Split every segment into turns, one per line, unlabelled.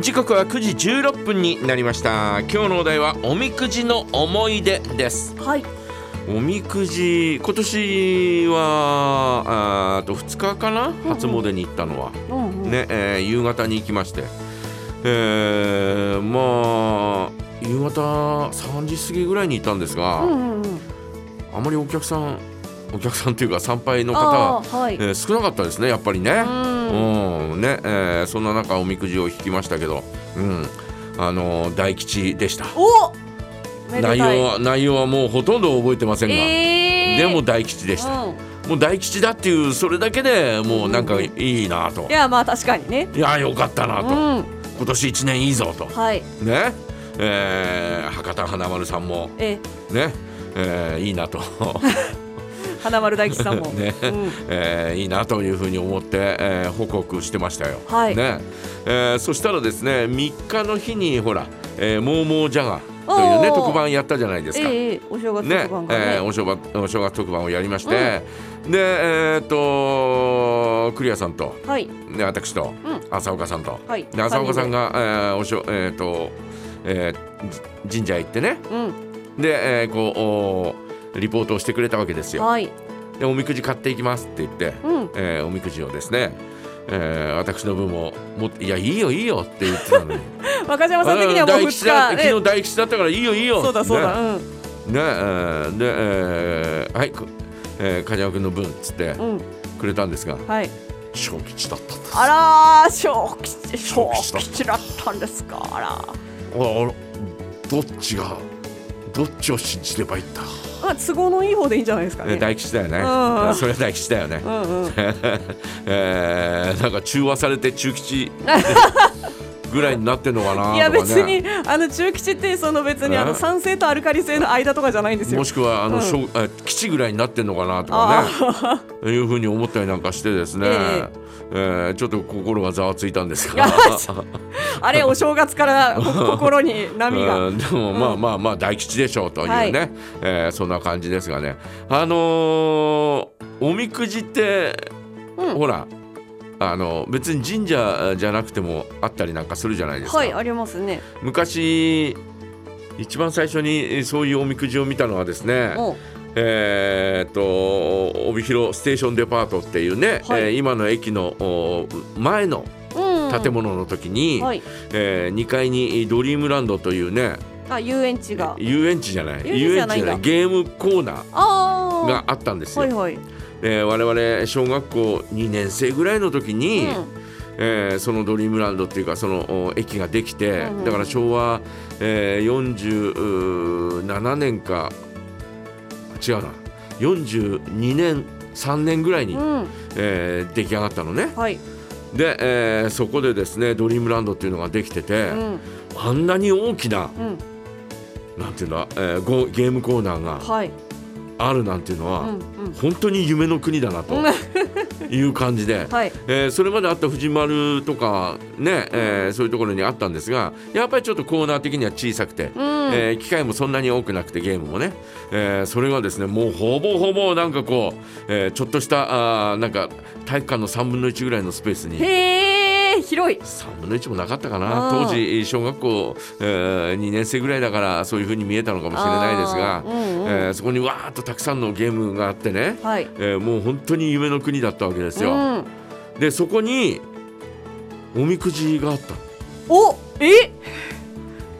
時刻は9時16分になりました今日のお題はおみくじの思い出です
はい。
おみくじ今年はあーあと2日かな初詣に行ったのは、
うんうん。
ねえー夕方に行きまして、えーまあ夕方3時過ぎぐらいに行ったんですが、
うんうんうん。
あまりお客さんお客さんというか参拝の方
あ
は、
あー、はい。
えー少なかったですねやっぱりね。
うん。
うんねえーそんな中おみくじを引きましたけど、うんあのー大吉でした
お。めでたい
内容は内容はもうほとんど覚えてませんが、
えー
でも大吉でした、
うん
もう大吉だっていうそれだけでもうなんかいいなと、
いや、まあ、確かにね。
いやよかった
う
なと、
ん。
今年1年いいぞと
はい。
ね、えー博多華丸さんも
えー、
ね、えーいい なと
花丸大吉さんも。
ね
うん。
えーいいなというふうに思って、えー報告してましたよ。
はい
ねえーそしたらですね3日の日にほら「えーモーモージャガー」というね
おー
特番やったじゃないですか。
ええお正月
ね
特番がね。
えーお正月お正月特番をやりまして、でえーっとクリアさんと、
はい。
ね、私と、
うん
浅岡さんと、
はい。
で浅岡さん
が。
が、えーおしょえーっとえーじ神社へ行ってね
うん。
で、えーこうおリポートをしてくれたわけですよ。
はい。
でおみくじ買っていきますって言って、
うん。
えーおみくじをですね、えー私の分も持って「いやいいよいいよ」って言ってた のに
若島さん的にはもう
大
二
吉だ
日
昨日
ね。
大吉だったから「いいよいいよ」
そうだそうだ。
ね
う
ね
ん。
えーで、えーはいこえー梶山君の分」っつって
うん。
くれたんですが
はい。
小吉だったんです
あらー、小吉、小
小
吉だったんですか。あ
あら
ら。
あらどっちがどっちを信じればいいんだ、
まあ、都合のいい方でいいんじゃないですか
ね、
ね。
大吉だよね
んうん
それは大吉だよね
うんうん。
えーなんか中和されて中 吉ぐらいになってんのかなとか、ね、
いや別にあの中吉ってその別にあの
ね
酸性とアルカリ性の間とかじゃないんですよ
も。しくはあの、
うん
しょうあ基地ぐらいになってんのかなとかねいうふうに思ったりなんかしてですね、え
え
ーちょっと心がざわついたんです
い
が
やあれお正月 からこ心に波が。
うんでもまあまあまあ大吉でしょうというね、
はい
えーそんな感じですがねあのーおみくじって、
うん
ほらあの別に神社じゃなくてもあったりなんかするじゃないですか、
はいありますね。
昔一番最初にそういうおみくじを見たのはですね
おう
えーっと帯広ステーションデパートっていうね、
はい
えー今の駅のお前の
うん
建物の時に、
はい。
え2階にドリームランドというね
あ遊園地が。
遊園地じゃない
遊園地じゃないんだ
ゲームコーナ
あ
ー
あ。
があったんですよ。
はいはい。
えー我々小学校2年生ぐらいの時に、
うん
えーそのドリームランドっていうかそのお駅ができて、
うんうん
だから昭和、えー47年か違うな42年3年ぐらいに、
うん
えー出来上がったのね
はい。
で、えーそこでですねドリームランドっていうのができてて、
うん
あんなに大きな
うん
なんていうんだ、えーゴゲームコーナーが
はい。
あるなんていうのは、
うんうん。
本当に夢の国だなという感じで、
はい。
えーそれまであった藤丸とかね、えーそういうところにあったんですがやっぱりちょっとコーナー的には小さくて、
うん。
えー機械もそんなに多くなくてゲームもね、えーそれがですねもうほぼほぼなんかこう、えーちょっとしたあーなんか体育館の3分の1ぐらいのスペースに。
へえ広い。
3分の1もなかったかな
うん
当時小学校、え2年生ぐらいだからそういう風に見えたのかもしれないです
あ
が
ー、うんうん
えーそこにわーっとたくさんのゲームがあってね、
はい。
えーもう本当に夢の国だったわけですよ。
うん。
でそこにおみくじがあった
おえ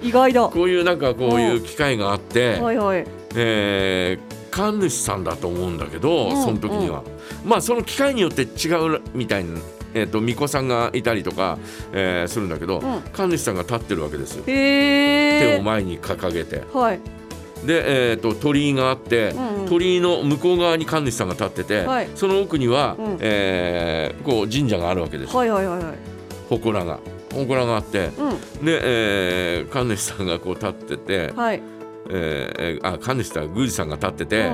意外だ。は
こういうなんかこういう機会があって、
いはい。
えー神主さんだと思うんだけど、
うん
その時には、まあその機会によって違うみたいな、えー、と巫女さんがいたりとか、えーするんだけど、
うん
神主さんが立ってるわけですよ。
へ
手を
え。
前に掲げて
はい。
で、えー、と鳥居があって、
うんうん
鳥居の向こう側に神主さんが立ってて、
はい
その奥には、
うん
えーこう神社があるわけですよ
はいはいはいはい。
祠が祠があって
う
で、えー神主さんがこう立ってて
ん。、はい。
えーあ神主さん宮司さんが立ってて、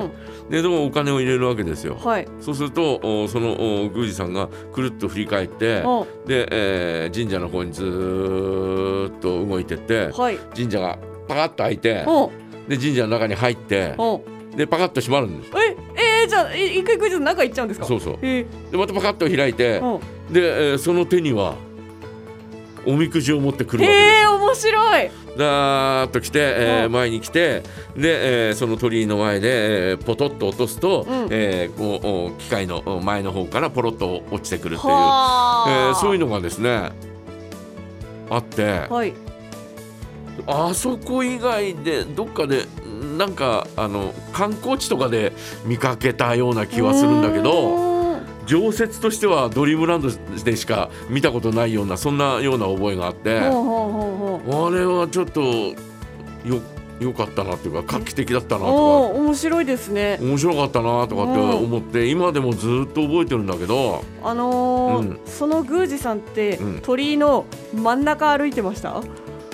ででもお金を入れるわけですよ
うん。。はい。
そうするとおそのお宮司さんがくるっと振り返って
お
で、えー神社の方にずーっと動いてって
はい。
神社がパカッと開いて
お
で神社の中に入って
お
でパカッと閉まるんです
ええー、じゃあい一回一回ずつ中行っちゃうんですか
そううそう
え
でまたパカッと開いて
ー、お
で、えーその手にはおみくじを持ってくるわけです。
へえ面白い
だーっと来て、えー
うん
前に来てで、えーその鳥居の前で、えーポトッと落とすと、
うん
えーこうお機械のお前の方からポロッと落ちてくるっていう、え
は
ーそういう
の
のがですねあって
はい
あそこ以外でどっかでなんかあの観光地とかで見かけたような気はするんだけど
うーん
常設としてはドリームランドでしか見たことないようなそんなような覚えがあって。
ほうほうほうほう
あれはちょっとよ良かったなっていうか画期的だったなと
おー面白いですね
か面白かったなとかって思って今でもずっと覚えてるんだけど
あのー
う
その宮司さんって、
うん
鳥居の真ん中歩いてました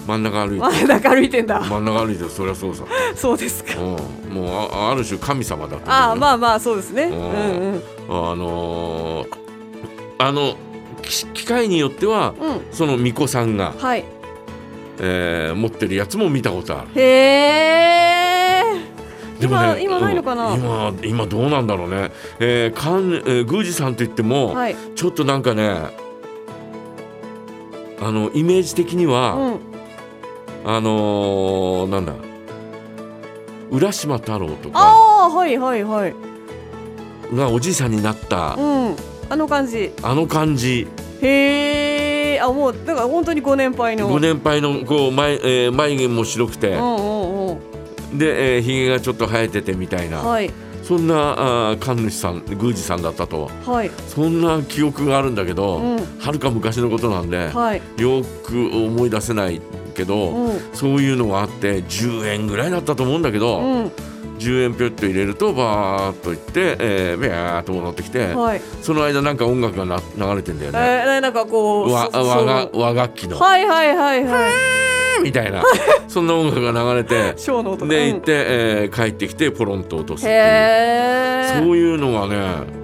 真ん中歩いて
真ん中歩いてんだ
真ん中歩いてそりゃそうさ、
そうですか
うん、もうあある種神様だと思うよ
ああまあまあそうですねうんうん
あのーあのき機械によっては
うん
その巫女さんが、
はい
えー持ってるやつも見たことある
へえ今今ないのか
う
な
ん今今どうなんだろうね、えーかんえー宮司さんといっても、
はい
ちょっとなんかねあのイメージ的に
う
は、
ん
あのーなんだ浦島太郎とか
ああはいはいはい
がおじいさんになった
うんあの感じ
あの感じ
へえあもうだから本当にご年配の
ご年配のこう眉,、えー眉毛も白くて
うんうんうん
で、えー、ひげがちょっと生えててみたいな、
はい
そんなあー神主さん宮司さんだったと
はい
そんな記憶があるんだけど
うん
はる、か昔のことなんで、
はい
よく思い出せないけど。
うん
そういうのがあって10円ぐらいだったと思うんだけど、
うん
10円ぴょっと入れるとバーっといって、えー、ビャーっと戻ってきて、
はい
その間なんか音楽がな流れてんだよ
え
ね、
ーなんかこう
わ
そ
和が
そう
和楽器の、
はいはいはいはい
みたいなそんな音楽が流れ て
ショーの音
で
う
行
ん
って、えー帰ってきてポロンと落とすっていう
へえ
そういうのがね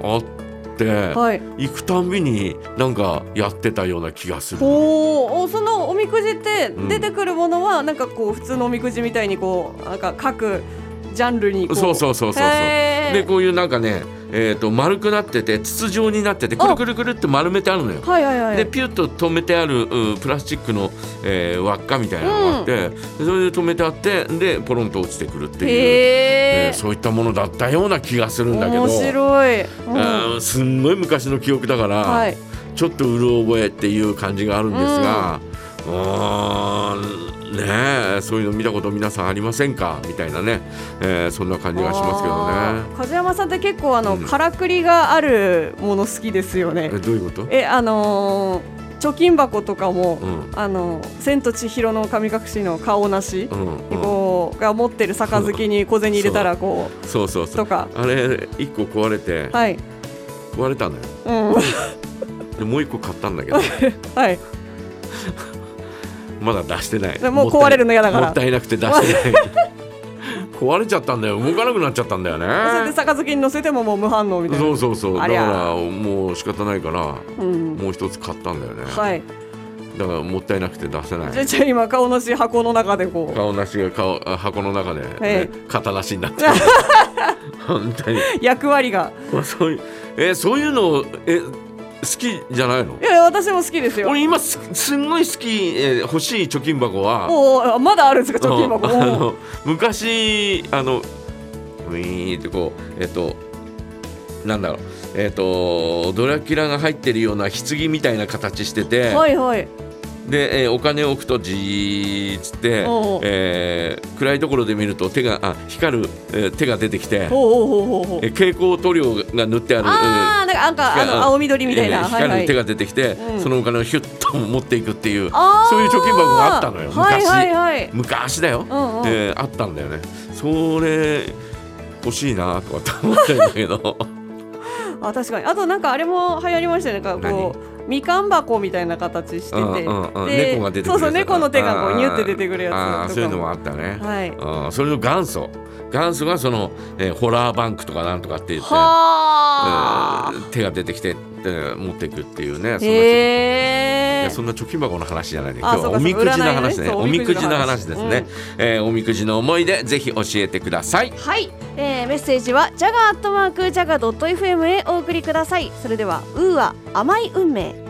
あって、
はい
行くたんびになんかやってたような気がする。
おおそのおみくじって
うん
出てくるものはなんかこう普通のおみくじみたいにこうなんか各ジャンルにこう
そうそうそうそうそう
へー
でこういうなんかね、えー、と丸くなってて筒状になっててくるくるくるって丸めてあるのよ。
はいはいはい
でピュッと止めてあるうんプラスチックの、えー輪っかみたいなのがあって、でそれで止めてあってでポロンと落ちてくるっていう、
へ
えー
ー
そういったものだったような気がするんだけど
面白い、うん
うんすんごい昔の記憶だから、
はい
ちょっとうる覚えっていう感じがあるんですが。うーんねえそういうの見たこと皆さんありませんかみたいなね、えーそんな感じがしますけどね
あー梶山さんって結構あの、
うん
からくりがあるもの好きですよね
えどういうこと
えあのー貯金箱とかも、
うん
あの千と千尋の神隠しの顔なし、
うんうん、
こうが持ってる杯に小銭入れたらこ
そうそう
う
そう
とか
あれ一個壊れて、
はい
壊れたのよ
うん
でもう一個買ったんだけど
はい
まだ出してない
でもう壊れるの嫌だから
もったいなくて出してない壊れちゃったんだよ動かなくなっちゃったんだよ
それで
ね
杯に乗せてももう無反応みたいな
そうそうそう
あ
だか
りゃ
らもう仕方ないから
うん、
もう一つ買ったんだよね、
はい
だからもったいなくて出せな
じゃあ
い
じゃあ今顔なし箱の中でこう
顔なしが顔あ箱の中で、
え
ね、肩なしになって 本当に
役割が
まあそういうえそういうのえ好きじゃないの
いや私も好きですよ
俺今すすんごい好き、えー欲しい貯金箱は
おうおうあまだあるんですか貯金箱
うんあ
おう
の昔あのウィーンってこうえっとなんだろうえっとドラキュラが入ってるような棺みたいな形してて、
はいはい
で、えーお金を置くとじーっつって
おうおう、
えー暗いところで見ると手があ光る、えー手が出てきて、
ほうほうほうほうほう
えー蛍光塗料が塗ってある。
ああなんかなんかあ
うん
の青緑みたい
えー
な、はいは
光
い
る手が出てきて、
うん
そのお金をヒュッと持っていくっていう
あー
そういう貯金箱があったのよ
はいはいはい
昔だよ、
うんうん
えーあったんだよねそれ欲しいなとかって思ってるんだけ ど
あ確かにあとなんかあれも流行りましたよねなんかこうみかん箱みたいな形してて、
うんうんうん
で
猫が出てくるやつ
そうそう猫の手がこ
あ
う
ー
ニュって出てくるやつとか
あーそういうのもあったね、
はい
うんそれの元祖元祖がその、えーホラーバンクとかなんとかって言って、
はあ、
うん手が出てきて、えー持っていくっていうねそんな時い
へえ
やそんな貯金箱の話じゃないね。今
あ
日は
そうか
おみくじの話
そ
ね。
う占いねそう
おみくじの話ですね。えーおみくじの思い出ぜひ教えてください。
はい、えー、メッセージはジャガーアットマークジャガドット FM へお送りくださいそれではウーア甘い運命